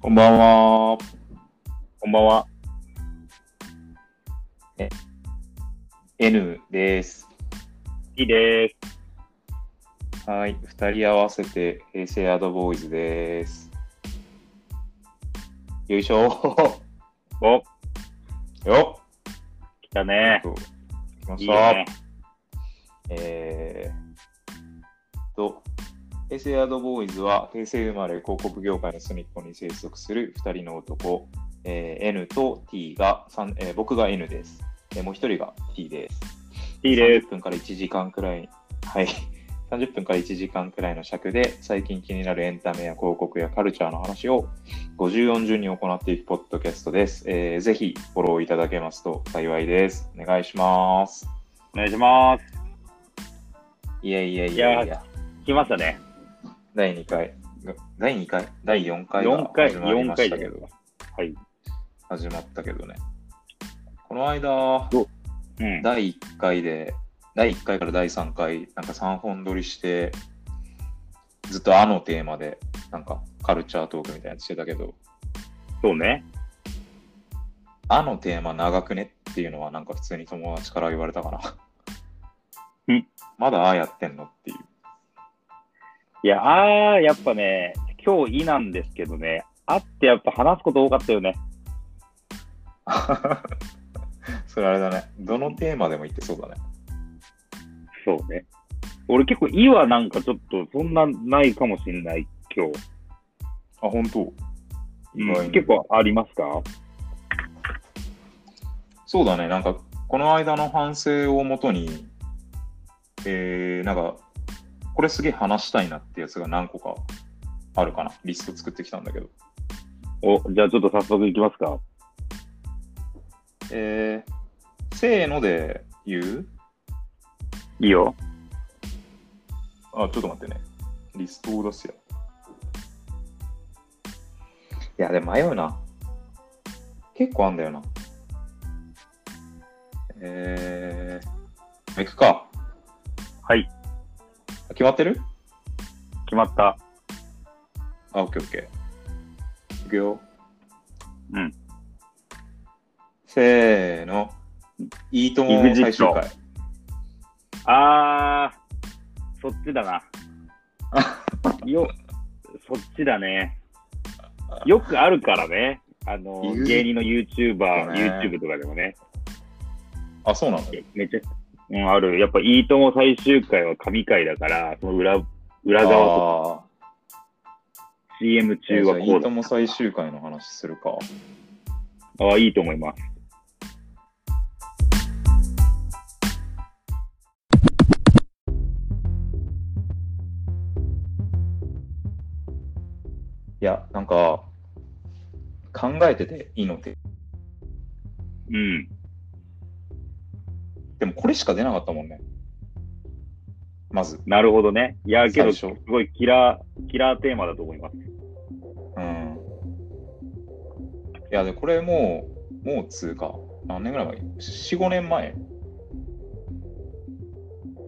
こんばんは。こんばんは。え N です。いいではい。二人合わせて平成アドボーイズです。よいしょ。 す。お、よっ。来たね。と来まいしいた。ね。えーっと、平成アドボーイズは平成生まれ広告業界の隅っこに生息する2人の男、えー N と T が、三えー僕が N です。えーもう1人が T です。いいで30分から1時間くらい、はい、30分から1時間くらいの尺で、最近気になるエンタメや広告やカルチャーの話を50、40に行っていくポッドキャストです。えーぜひフォローいただけますと幸いです。お願いします。す。お願いします。いやいやいやいいや、来ましたね。第2回、が第2回、第4回が4回、始まり4まし回ただけけどど、。はい。始まったけどね。この間、うん。第1回で、第1回から第3回、なんか3本撮りして、ずっとあのテーマで、なんかカルチャートークみたいなやつしてたけど、そうね。あのテーマ長くねっていうのは、なんか普通に友達から言われたかな。んまだああやってんのっていう。 いや、あー、やっぱね、今日いなんですけどね、あってやっぱ話すこと多かったよね。それあれだね。どのテーマでも言ってそうだね。そうね。俺結構、いはなんかちょっとそんなないかもしんない、今日。あ、本当うん結。構ありますかそうだね。なんか、この間の反省をもとに、えー、なんか、これすげえ話したいなってやつが何個かあるかな。リスト作ってきたんだけど。お、じゃあちょっと早速いきますか。えー、せーので言ういいよ。あ、ちょっと待ってね。リストを出すよ。いや、でも迷うな。結構あんだよな。えー、行くか。はい。決まってる決まった。あ、オッケーオッケー。いくよ。うん。せーの。いいとも EXIT 最終回。あー、そっちだ な。よ、そっちだね。よくあるからね。あの言、う芸人の YouTuber、ね YouTube とかでもね。あ、そうなんだ。めっちゃ、うん、ある。やっぱ、いいとも最終回は神回だから、その裏、裏側とかあー CM 中はえーじゃあいこいうとだ。も最終回の話するか。ああ、いいと思います。いや、なんか、考えてていいのって。うん。でもこれしか出なかったもんね。まず。なるほどね。いや、けど、す最初ごいキラー、キラーテーマだと思います。うん。いや、で、これもう、もう通過。何年ぐらい前 ?4、5年前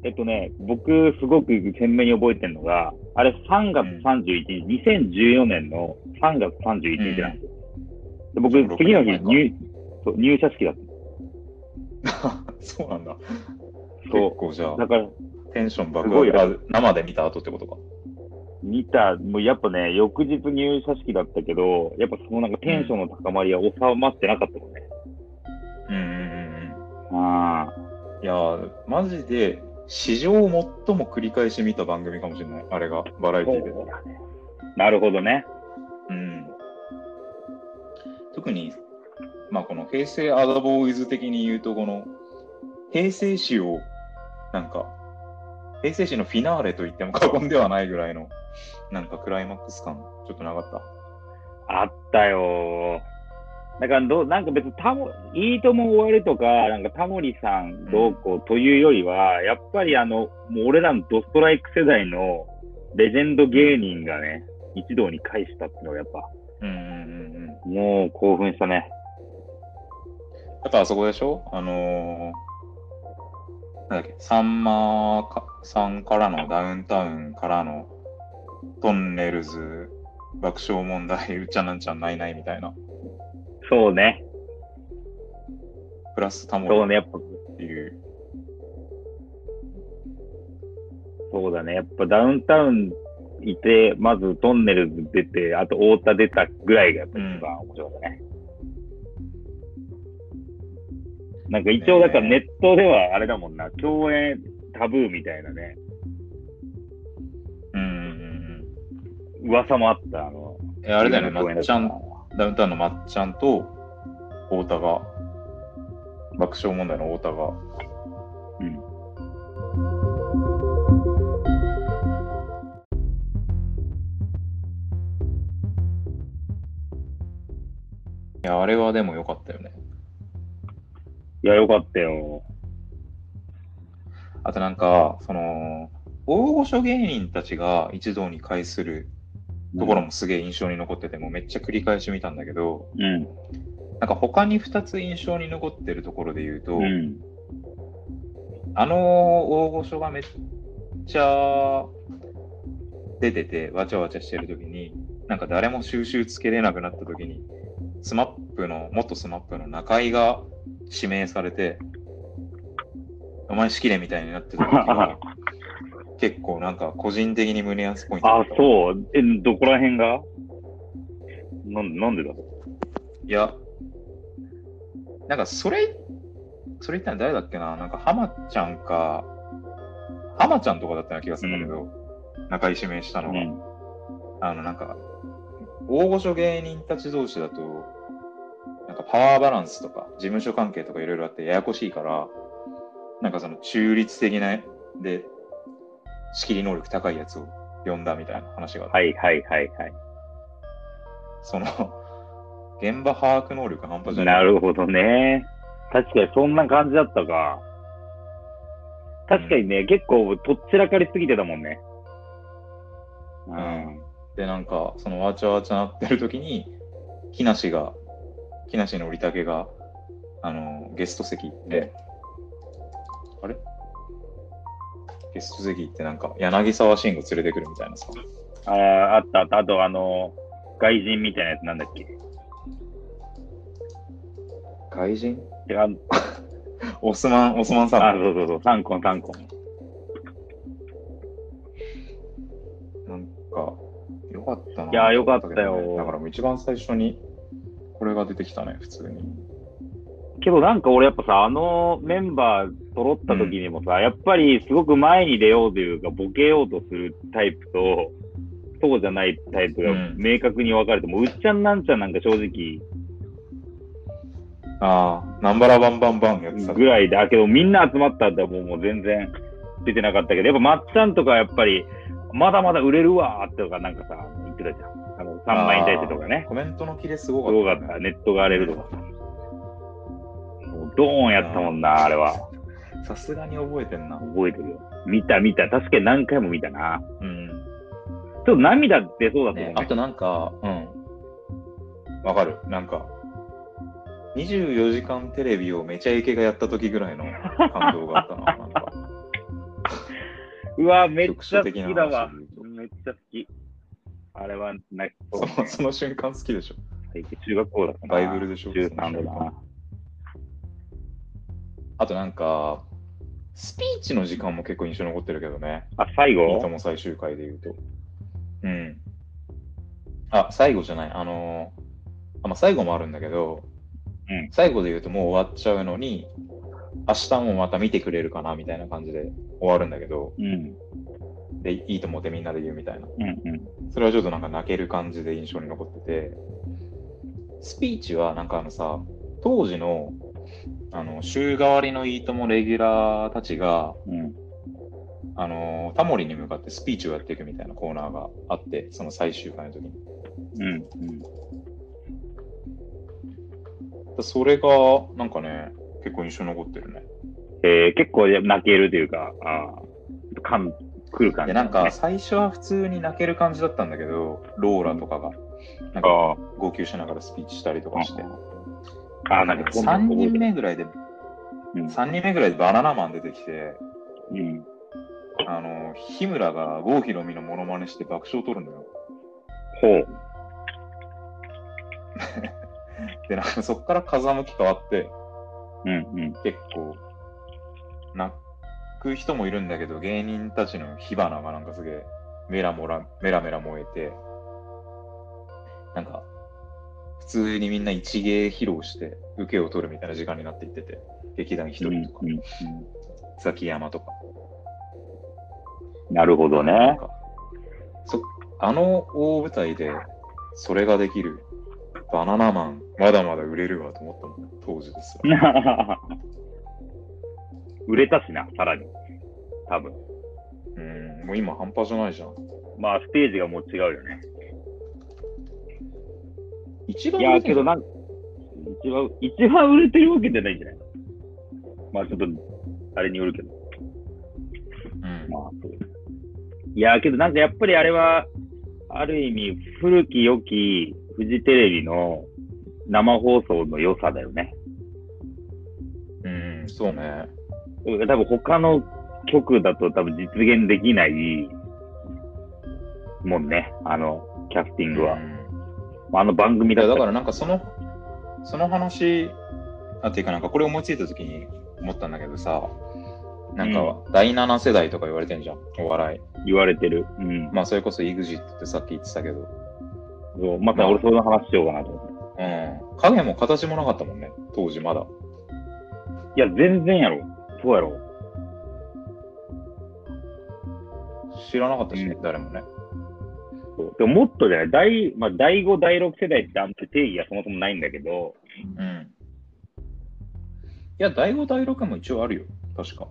えっとね、僕、すごく鮮明に覚えてるのが、あれ、3月31日、2014年の3月31日なんですよ。で16僕、次の日年前か入、そう入社式だった。そうなんだ。結そ構じゃう。あだ、から、テンション爆すごい上ながる。あ生で見た後ってことか。見た、もうやっぱね、翌日入社式だったけど、やっぱそのなんかテンションの高まりは収まってなかったもんね。うんうんうんああ、うん。いやー、マジで、史上最も繰り返し見た番組かもしれない。あれが、バラエティで。そうだねなるほどね。うん。特に、まあ、この平成アダボーイズ的に言うと、この、平成史を、なんか、平成史のフィナーレと言っても過言ではないぐらいの、なんかクライマックス感、ちょっとなかった。あったよー。だからどう、なんか別にタモ、いいとも終わるとか、なんかタモリさんどうこうというよりは、やっぱりあの、もう俺らのドストライク世代のレジェンド芸人がね、一堂に会したっていうのがやっぱ、うんうんうんうん。もう興奮したね。あとあそこでしょあのー、なんだっけ、さんまかさんからのダウンタウンからのトンネルズ爆笑問題、うっちゃなんちゃんないないみたいな。そうね。プラスタモそうリね。やっぱ、っていう。そうだね。やっぱダウンタウンいて、まずトンネルズ出て、あと太田出たぐらいがやっぱ一番面白かったね。なんか一応、だからネットではあれだもんな、共演タブーみたいなね、うんうん噂もあった。あの、うん。え、あれだよね、ま共演っちたゃからん、ダウンタウンのまっちゃんと、太田が、爆笑問題の太田が、うん。いや、あれはでも良かったよね。いや、よかったよ。あとなんか、その、大御所芸人たちが一堂に会するところもすげえ印象に残ってて、もうめっちゃ繰り返し見たんだけど、うん。なんか他に2つ印象に残ってるところで言うと、うん。あの大御所がめっちゃ出てて、わちゃわちゃしてる時に、なんか誰も収集つけれなくなった時に、スマップの、元スマップの中井が指名されて、お前しきれみたいになってた時は、結構なんか個人的に胸安ポイントだあっ、たわそう。え、どこら辺がなんなんでだろいや、なんかそれ、それ言ったの誰だっけななんか浜ちゃんか、浜ちゃんとかだったような気がするんだけど、中井指名したう。のうが。ん。あの、なんか、大御所芸人たち同士だと、なんかパワーバランスとか、事務所関係とかいろいろあってややこしいから、なんかその中立的な、で、仕切り能力高いやつを呼んだみたいな話があって、はいはいはいはい。その、現場把握能力半端じゃない。。なるほどね。確かにそんな感じだったか。確かにね、結構とっちらかりすぎてたもんね。うんで、なんか、そのわちゃわちゃなってる時に、木梨が、木梨のりたけが、あの、ゲスト席行って、あれゲスト席行って、なんか、柳沢慎吾連れてくるみたいなさ。ああ、あったあった。あとあの、外人みたいなやつなんだっけ。外人てかオスマン、オスマンさあ、ん。そうそうそう、3個3個。なんか、よかったな。いやよかったよだからもう一番最初に、これが出てきたね、普通に。けどなんか俺やっぱさ、あのメンバー揃った時にもさ、やっぱりすごく前に出ようというか、ボケようとするタイプと、そうじゃないタイプがうん明確に分かれて、もううっちゃんなんちゃんなんか正直ああ、ナンバラバンバンバンやってた。ぐらいだけど、みんな集まったんだもうもう全然出てなかったけど、やっぱまっちゃんとかやっぱり、まだまだ売れるわーとかなんかさ、言ってたじゃん。あの、3枚に対してとかね。コメントのキレすごすごかかった、った。ネットが荒れるとかさ。もうドーンやったもんな、あれは。さすがに覚えてんな。覚えてるよ。見た見た。確かに何回も見たな。うん。ちょっと涙出そうだったもんねね、あとなんか、うん。わかる。なんか、24時間テレビをめちゃイケがやった時ぐらい の感動があったな。なんかうわ、めっ局ちゃ所好き的なだわ話で言う。とめっちゃ好き。あれは泣きそそう、ねのその瞬間好きでしょ。最近中学校だったな。バイブルでしょ中3だな。あとなんか、スピーチの時間も結構印象に残ってるけどね。あ、最いいと後も最終回で言うと。うん。あ、最後じゃない。あのーあまあ、最後もあるんだけど、うん最後で言うともう終わっちゃうのに、明日もまた見てくれるかなみたいな感じで終わるんだけど、うん。で、いいと思ってみんなで言うみたいな。うんうん。それはちょっとなんか泣ける感じで印象に残ってて、スピーチはなんかあのさ、当時の、あの、週替わりのいいともレギュラーたちが、うん。あの、タモリに向かってスピーチをやっていくみたいなコーナーがあって、その最終回の時に。うん。それが、なんかね、結構印象に残ってるね。えー、結構泣けるというか、あー感、来る感で、じ、ね。なんか、最初は普通に泣ける感じだったんだけど、ローラとかが、なんか、あ号泣しながらスピーチしたりとかして。ーあー、なんかそんな3の覚え人てる目ぐらいで、うん3人目ぐらいでバナナマン出てきて、うん。あの、日村が郷ひろみのモノマネして爆笑を取るのよ。ほう。で、なんかそこから風向き変わって、うんうん。結構、泣く人もいるんだけど、芸人たちの火花がなんかすげえ、メラモラ、メラメラ燃えて、なんか、普通にみんな一芸披露して、受けを取るみたいな時間になっていってて、劇団一人とかうん、うんザキヤマとか。うんなるほどなんね。かそあの大舞台で、それができる、バナナマン、まだまだ売れるわと思ったもん、当時ですよ。売れたしな、さらに。多分。うん、もう今半端じゃないじゃん。まあ、ステージがもう違うよね。一番いや、売れてけんじゃどんなんか、一番、一番売れてるわけじゃないんじゃないまあ、ちょっと、あれによるけど。うんまあ、そう。いや、けどなんかやっぱりあれは、ある意味、古き良きフジテレビの生放送の良さだよね。うん、そうね。多分他の局だと多分実現できないもんね、あの、キャスティングは。うんあの番組いやだっだたからなんかその、その話、あっていうかなんかこれ思いついた時に思ったんだけどさ、なんか第7世代とか言われてんじゃん、お笑い。言われてる。うん。まあそれこそ EXIT ってさっき言ってたけど、そうまさに俺その話しようかなと思って。うん、影も形もなかったもんね、当時まだ。いや、全然やろ。そうやろ。知らなかったしね、う誰もね。そうでももっとじゃない。第、まあ、第5、第6世代ってあんまり定義がそもそもないんだけど、うん。いや、第5、第6も一応あるよ、確か。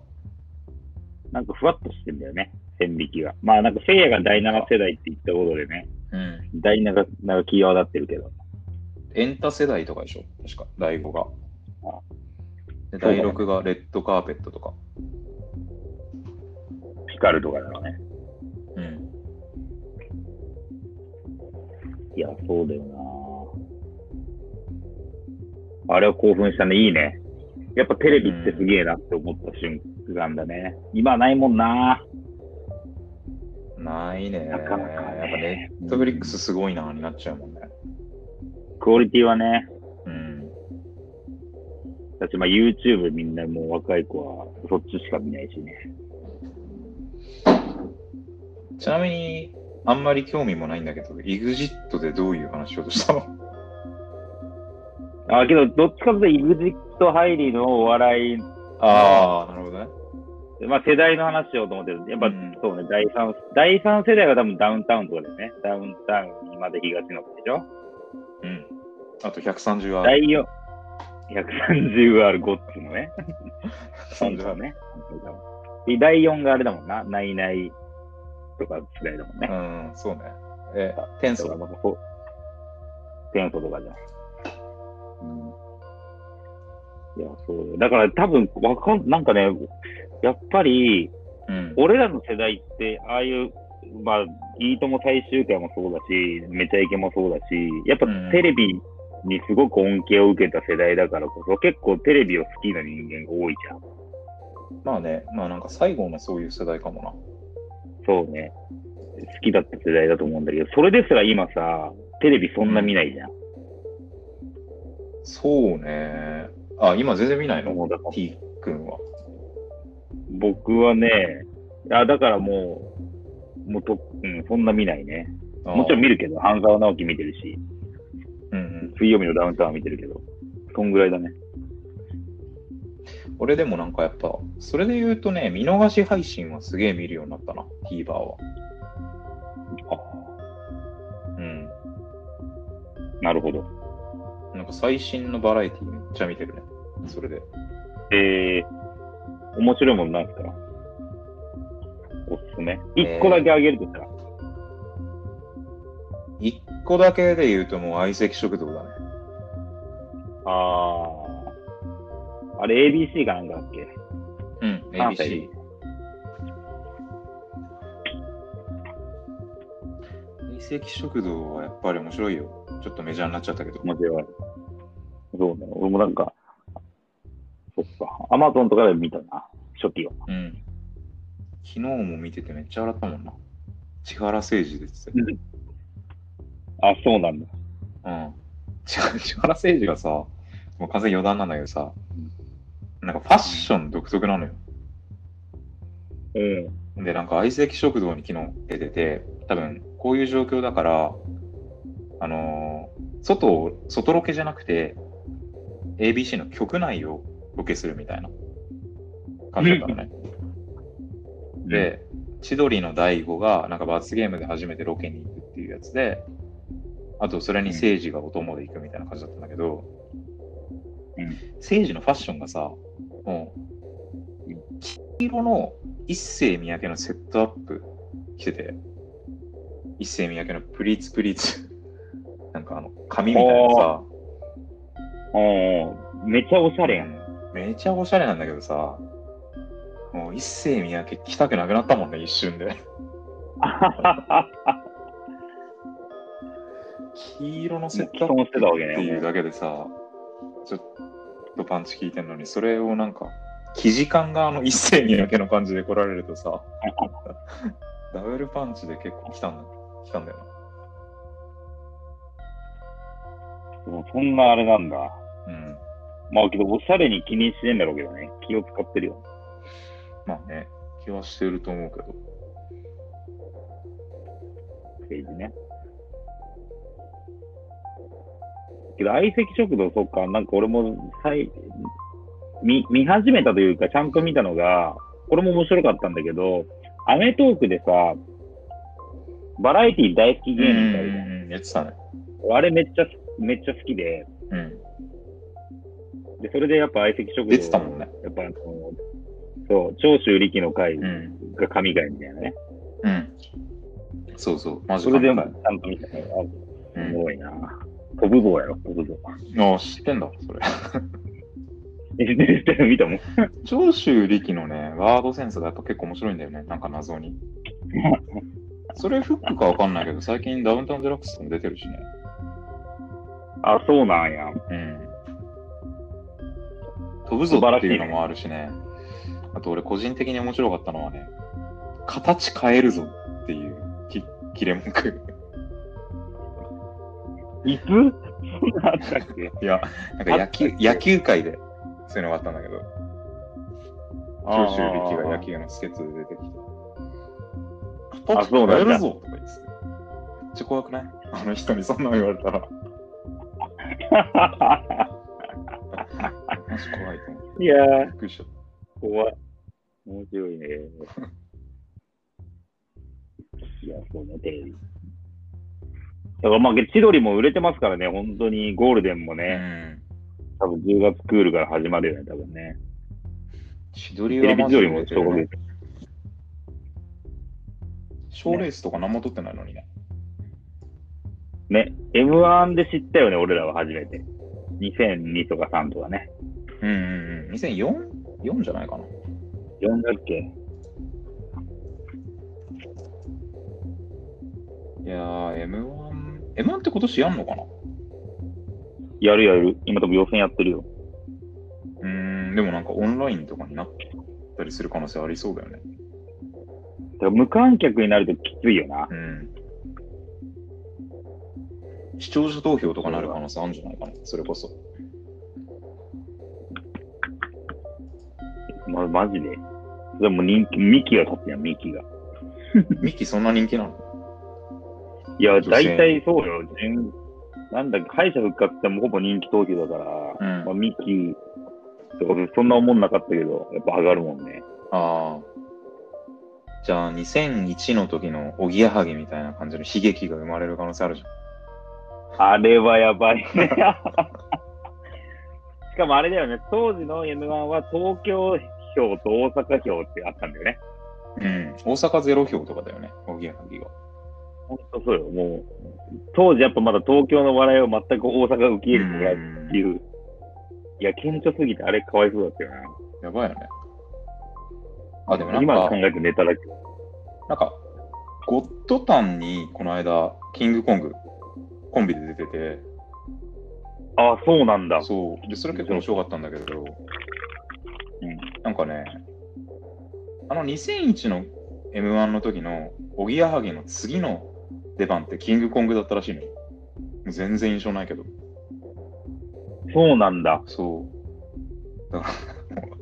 なんかふわっとしてんだよね、線引きが。まあなんか、せいやが第7世代って言ったことでね、うん。第7がキーワードってるけど。エンタ世代とかでしょ、確か、第5があ。で第6がレッドカーペットとか。ピカルとかだろうね。うん。いや、そうだよなあれは興奮したね、いいね。やっぱテレビってすげえなって思った瞬間だね。今ないもんなないね。なかなかねやっぱネットフリックスすごいなになっちゃうもんね。クオリティはね。うん。だってまあ YouTube みんなもう若い子はそっちしか見ないしね。ちなみに、あんまり興味もないんだけど、EXIT でどういう話をしたのあ、けどどっちかというと EXIT ハイリーのお笑い、ああ、なるほどね。まあ世代の話しようと思ってる。やっぱうんそうね、第3、第三世代が多分ダウンタウンとかだよね。ダウンタウン、今で東野でしょうん。あと130は、第4、130R ゴッツのね。そう130だはね。ね。で第4があれだもんな、ないないとか世代だもんね。うん、そうね。え、天だか素らなんかそう、テンソとかじゃん。うん、いや、そうだから多分わかん、なんかね、やっぱり、うん。俺らの世代って、ああいう、まあ、いいとも最終回もそうだし、めちゃイケもそうだし、やっぱうんテレビにすごく恩恵を受けた世代だからこそ、結構テレビを好きな人間が多いじゃん。まあね、まあなんか最後のそういう世代かもな。そうね。好きだった世代だと思うんだけど、それですら今さ、テレビそんな見ないじゃん。そうね。あ、今全然見ないのもうだから ?T 君は。僕はね、あだからもう、もうと、うん、そんな見ないね。あーもちろん見るけど、半沢直樹見てるし、うん水曜日のダウンタウン見てるけど、そんぐらいだね。うん。俺でもなんかやっぱ、それで言うとね、見逃し配信はすげえ見るようになったな、TVer は。うん。なるほど。なんか最新のバラエティめっちゃ見てるね。それで。えー、面白いものなんですかおすすめ。一個だけあげるとしたら、一個だけで言うともう相席食堂だね。あー、あれ ABC かなんかだっけうん、関西 ABC。遺跡食堂はやっぱり面白いよ。ちょっとメジャーになっちゃったけど。面白い。そうね。俺もなんか、そっか。アマゾンとかで見たな、初期は。うん。昨日も見ててめっちゃ笑ったもんな。千原誠二です。あ、そうなんだ。うん。千原誠二がさ、もう完全に余談なんだけどさ、なんかファッション独特なのよ。うん。で、なんか相席食堂に昨日出てて、多分こういう状況だから、あのー外を、外ロケじゃなくて、ABC の局内をロケするみたいな感じだったのね。で、千鳥の大悟が、なんか罰ゲームで初めてロケに行くっていうやつで、あとそれに誠治がお供で行くみたいな感じだったんだけど、うん誠治のファッションがさ、もう、黄色の一世三宅のセットアップ着てて、一世三宅のプリーツプリーツ、 なんかあの、紙みたいなさ、うん。めっちゃおしゃれやん。めちゃおしゃれなんだけどさ、もう一世三宅着たくなくなったもんね、一瞬で。黄色のセットアップっていうだけでさ、ちょっとパンチ効いてんのに、それをなんか、生地感があの一世三宅の感じで来られると さ、ダブルパンチで結構来たんだ来たんだよもうそんなあれなんだ。な。うん。まあけど、おしゃれに気にしてんだろうけどね。気を使ってるよ。まあね、気はしてると思うけど。政治ね。けど、相席食堂、そっか、なんか俺もさい見見始めたというか、ちゃんと見たのが、これも面白かったんだけど、アメトーークでさ、バラエティ大好き芸人がいるじゃんうん、やってたね。あれめっちゃ、めっちゃ好きで、うん。でそれでやっぱ相席食堂、出てたもんね。やっぱあの、そう、長州力の会うん。が神回みたいなね。うん。そうそう、マジそれででもちゃんと見たのが、うすんごいな。飛ぶ棒やろ、飛ぶ棒。ああ、知ってんだ、それ。え、知ってる知ってる見たもん。長州力のね、ワードセンスがやっぱ結構面白いんだよね、なんか謎に。それフックかわかんないけど、最近ダウンタウンデラックスとも出てるしね。あ、そうなんや。うん。飛ぶぞっていうのもあるしね。あと俺個人的に面白かったのはね、形変えるぞっていうき切 れ文句。いつ そんなあったっけいや、なんか野球野球界でそういうのがあったんだけど、長州力が野球の助っ人で出てきて。あそうなんだやるぞとか言ってた。めっちゃ怖くないあの人にそんなの言われたら、あマジ怖いと思って。ー いやびー、っくりしちゃっ怖い。面白いね。いや、そうね、テレビ。だからまあ、千鳥も売れてますからね、本当にゴールデンもた。ね、ん。多分10月クールから始まるよね、多分ね。千鳥テはレビマ千ジで鳥も出てそるこねで。賞レースとか何も取ってないのにね。ね、M1 で知ったよね、俺らは初めて。2002とか3とかね。うんうんうん。2004? 4じゃないかな。 4だっけいやー、M1、M1 って今年やんのかなやるやる。今多分予選やってるよ。うーん、でもなんかオンラインとかになったりする可能性ありそうだよね。だから無観客になるときついよな。うん。視聴者投票とかなる可能性あるんじゃないかな、それこそ。ま、マジで。でも人気、ミキが勝つやん、ミキが。ミキそんな人気なのいや、女性大体そうよ。順なんだっけ、敗者復活ってもうほぼ人気投票だから、うんまあ、ミキとかそんな思んなかったけど、やっぱ上がるもんね。ああ。じゃあ、2001の時のおぎやはぎみたいな感じの悲劇が生まれる可能性あるじゃん。あれはやばいね。 しかもあれだよね、当時の M1 は東京票と大阪票ってあったんだよね。うん。大阪ゼロ票とかだよね、おぎやはぎが。ほんとそうよ、もう。当時やっぱまだ東京の笑いを全く大阪が受け入れてもらえうってんいう。いや、顕著すぎてあれかわいそうだったよやばいよね。な。あ、でもなん今か考、えてネタだけど。なんか、ゴッドタンにこの間、キングコング、コンビで出てて、ああ、そうなんだ。そう、で、それ結構面白かったんだけど、うんなんかね、あの2001の M1 の時の、おぎやはぎの次の出番ってキングコングだったらしいのよ。全然印象ないけど。そうなんだ。そう。だか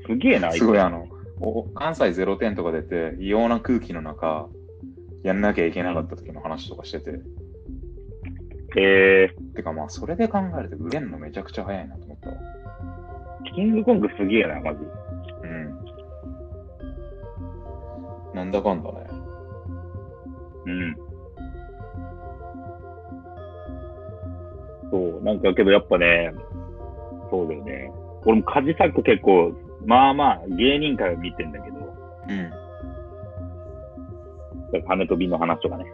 すげえな、ら、すごいあの、お関西ゼロ点とか出て、異様な空気の中、やんなきゃいけなかった時の話とかしてて、えてかまあ、それで考えると、売れんのめちゃくちゃ早いなと思ったわ。ー、キングコングすげえな、マジ。うん。なんだかんだね。うん。そう、なんかけどやっぱね、そうだよね。俺もカジサック結構、まあまあ芸人界を見てんだけど、う羽飛びの話とかね。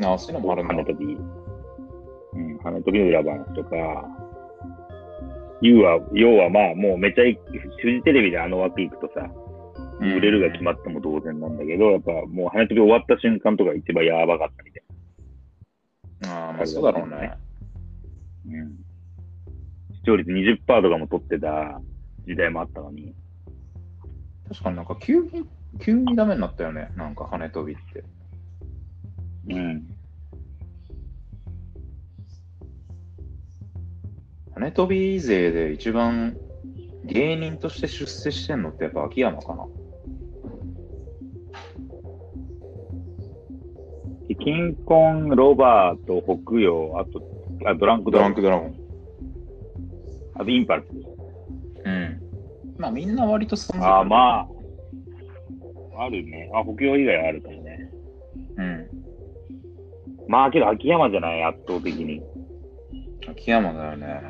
ん。あ、そういうのもあるんだ羽。飛び。うん、羽飛びの裏話とか、要は、要はまあもうめちゃい、フジテレビであの枠行くとさ、うん売れるが決まっても当然なんだけど、やっぱもう羽飛び終わった瞬間とか一番やばかったみたいああ、まあそうだろうね。な。うん。視聴率20%とかも取ってた時代もあったのに。確かになんか急に、急にダメになったよね。なんか羽飛びって。うん。羽飛び勢で一番芸人として出世してんのってやっぱ秋山かな。でキンコン、ロバート、北洋、あと、あドランクドドラランンクク、ドラゴン。あとインパルスでしょうん。まあみんな割と存在ああ、まあ、あるね。あ、北洋以外はあるかもね。あ。うん。まあ、けど秋山じゃない、圧倒的に。秋山だよね。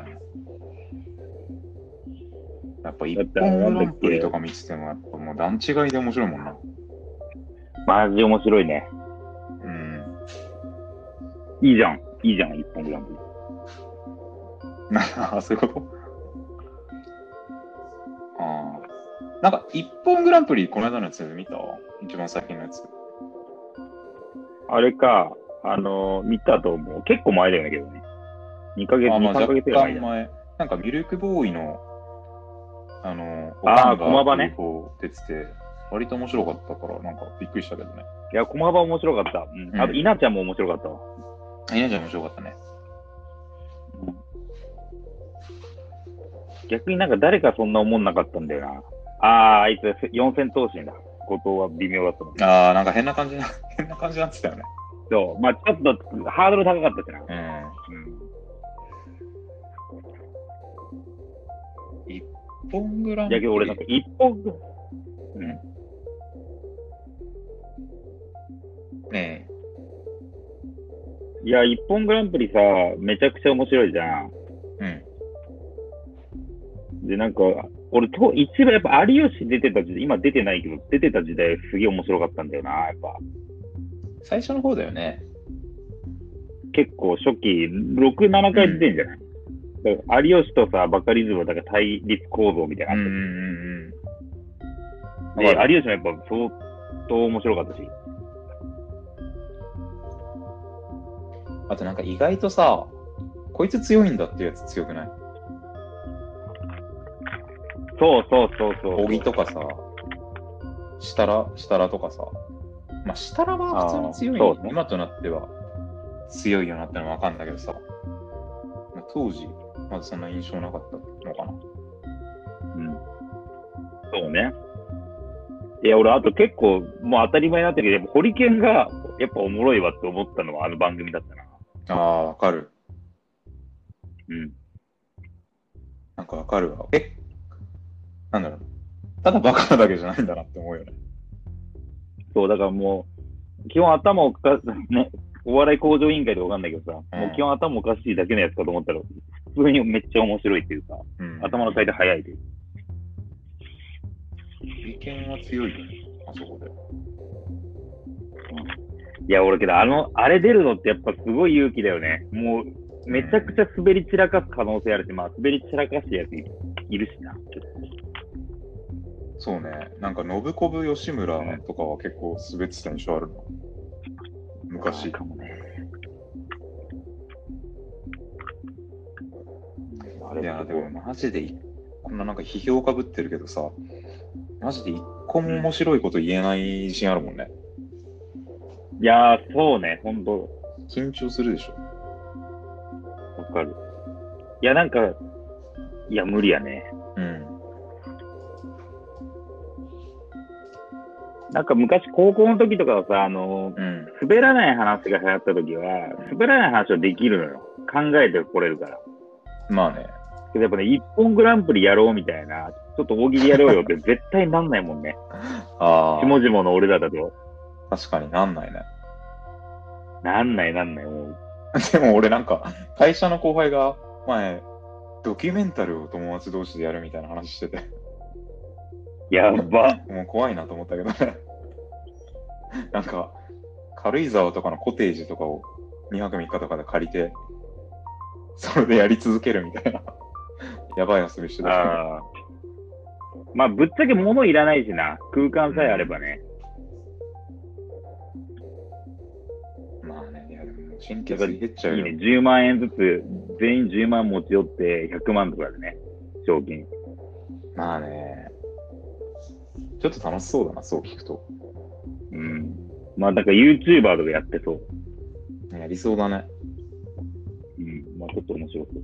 やっぱ一本グランプリとか見てても、やっぱもう段違いで面白いもんな。マジ面白いね。うん。いいじゃん。いいじゃん、一本グランプリ。あ あ、そういうことああ。なんか一本グランプリ、この間のやつ見た一番最近のやつ。あれか、あのー見たと思う。結構前だよね、けどね。2ヶ月、あ、まあ2、3ヶ若月ぐらい前干だよ前。なんかミルクボーイの、あの、あーオカン駒場がねこう出てて、割と面白かったから、なんかびっくりしたけどね。いや、駒場面白かった。うん。あと、うん稲ちゃんも面白かったわ。あ稲ちゃん面白かったね。逆になんか誰かそんな思んなかったんだよな。ああー、あいつ四千頭身だ。後藤は微妙だったもん。ああ、なんか変な感じな、 変な感じになってたよね。そう。まあちょっとハードル高かったしな。う。うんポングランん。いやけど俺なんか一本、うん。ねいや、一本グランプリさ、めちゃくちゃ面白いじゃん。え。で、なんか、俺と、一番やっぱ有吉出てた時代、今出てないけど、出てた時代すげえ面白かったんだよな、やっぱ。うん。最初の方だよね。結構初期、6、7回出てんじゃない、だから有吉とさ、バカリズムはだから対立構造みたいなうのんうあったじゃんんうんうん。でわか、る有吉もやっぱ相当面白かったし。あとなんか意外とさ、こいつ強いんだっていうやつ強くないそうそうそうそう。小木とかさ、設楽、設楽とかさ、まあ、設楽は普通に強い、あーそうね今となっては強いよなってのはわかんだけどさ、まあ、当時、まずそんな印象なかったのかな。うん。そうね。いや、俺、あと結構、もう当たり前になったけど、やっぱホリケンが、やっぱおもろいわって思ったのはあの番組だったな。ああ、わかる。うん。なんかわかるわ。えなんだろう。ただバカなだけじゃないんだなって思うよね。そう、だからもう、基本頭おかしい、ね、お笑い向上委員会でわかんないけどさ、うんもう基本頭おかしいだけのやつかと思ったら、普通にめっちゃ面白いっていうか、うん、頭の回転早いというか。利権は強いよね。あそこで。いや、俺けど、あの、あれ出るのってやっぱすごい勇気だよね。もう、めちゃくちゃ滑り散らかす可能性あるし、まあ、滑り散らかしてるやついいるしな。そうね。なんか、信子吉村とかは結構滑ってた印象あるの。昔。かもね。あいれや、でもマジでい、こんななんか批評かぶってるけどさ、マジで一個も面白いこと言えない自信あるもんね。いやー、そうね、ほんと、緊張するでしょ。わかる。いや、なんか、いや、無理やね。うん。なんか昔、高校の時とかはさ、あの、うん。滑らない話が流行った時は、滑らない話はできるのよ。考えてこれるから。まあね。けどやっぱね、一本グランプリやろうみたいな、ちょっと大喜利やろう よって絶対なんないもんね。あ下々の俺らだと。あ、確かになんないね。 なんないなんない、もう。でも俺なんか、会社の後輩が前、ドキュメンタルを友達同士でやるみたいな話してて、やば。もう怖いなと思ったけどね。 なんか、軽井沢とかのコテージとかを2泊3日とかで借りて、それでやり続けるみたいな。 やばい遊びしてたけど。ああ。まあ、ぶっちゃけ物いらないしな。空間さえあればね。まあね、いやでも神経質減っちゃういいよ。ね。10万円ずつ、全員10万持ち寄って、100万とかでね。賞金。まあね。ちょっと楽しそうだな、そう聞くと。うん。まあ、なんか YouTuber とかやってそう。やりそうだね。うん。まあ、ちょっと面白そう。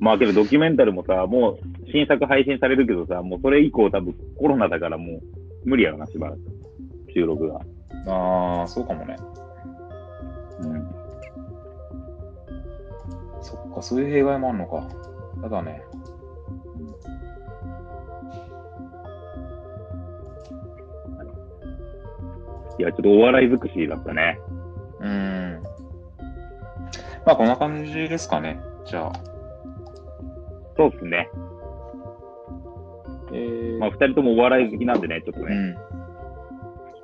まあ、けどドキュメンタルもさ、もう新作配信されるけどさ、もうそれ以降多分コロナだからもう無理やろな、しばらく。収録が。ああ、そうかもね。うん。そっか、そういう弊害もあるのか。ただね。いや、ちょっとお笑い尽くしだったね。うーん。まあ、こんな感じですかね。じゃあ。そうっすね。えーまあ、二人ともお笑い好きなんでね、ちょっとうね。ん。比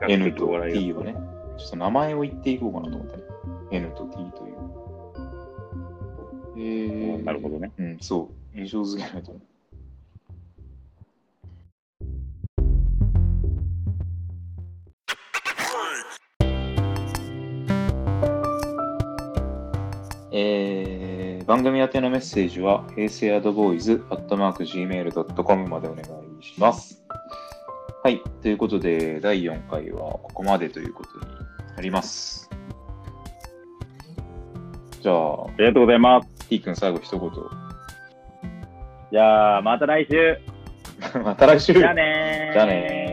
較 N 的とお笑い T をね。ちょっと名前を言っていこうかなと思って、ね。N と T という。えーなるほどね。うん、そう。印象づけないと思う。えー番組宛てのメッセージは、平成アドボーイズ、アットマーク、gmail.com までお願いします。はい、ということで、第4回はここまでということになります。じゃあ、ありがとうございます。 T 君最後一言。 じゃあ、また来週。また来週。じゃあねーじゃあねー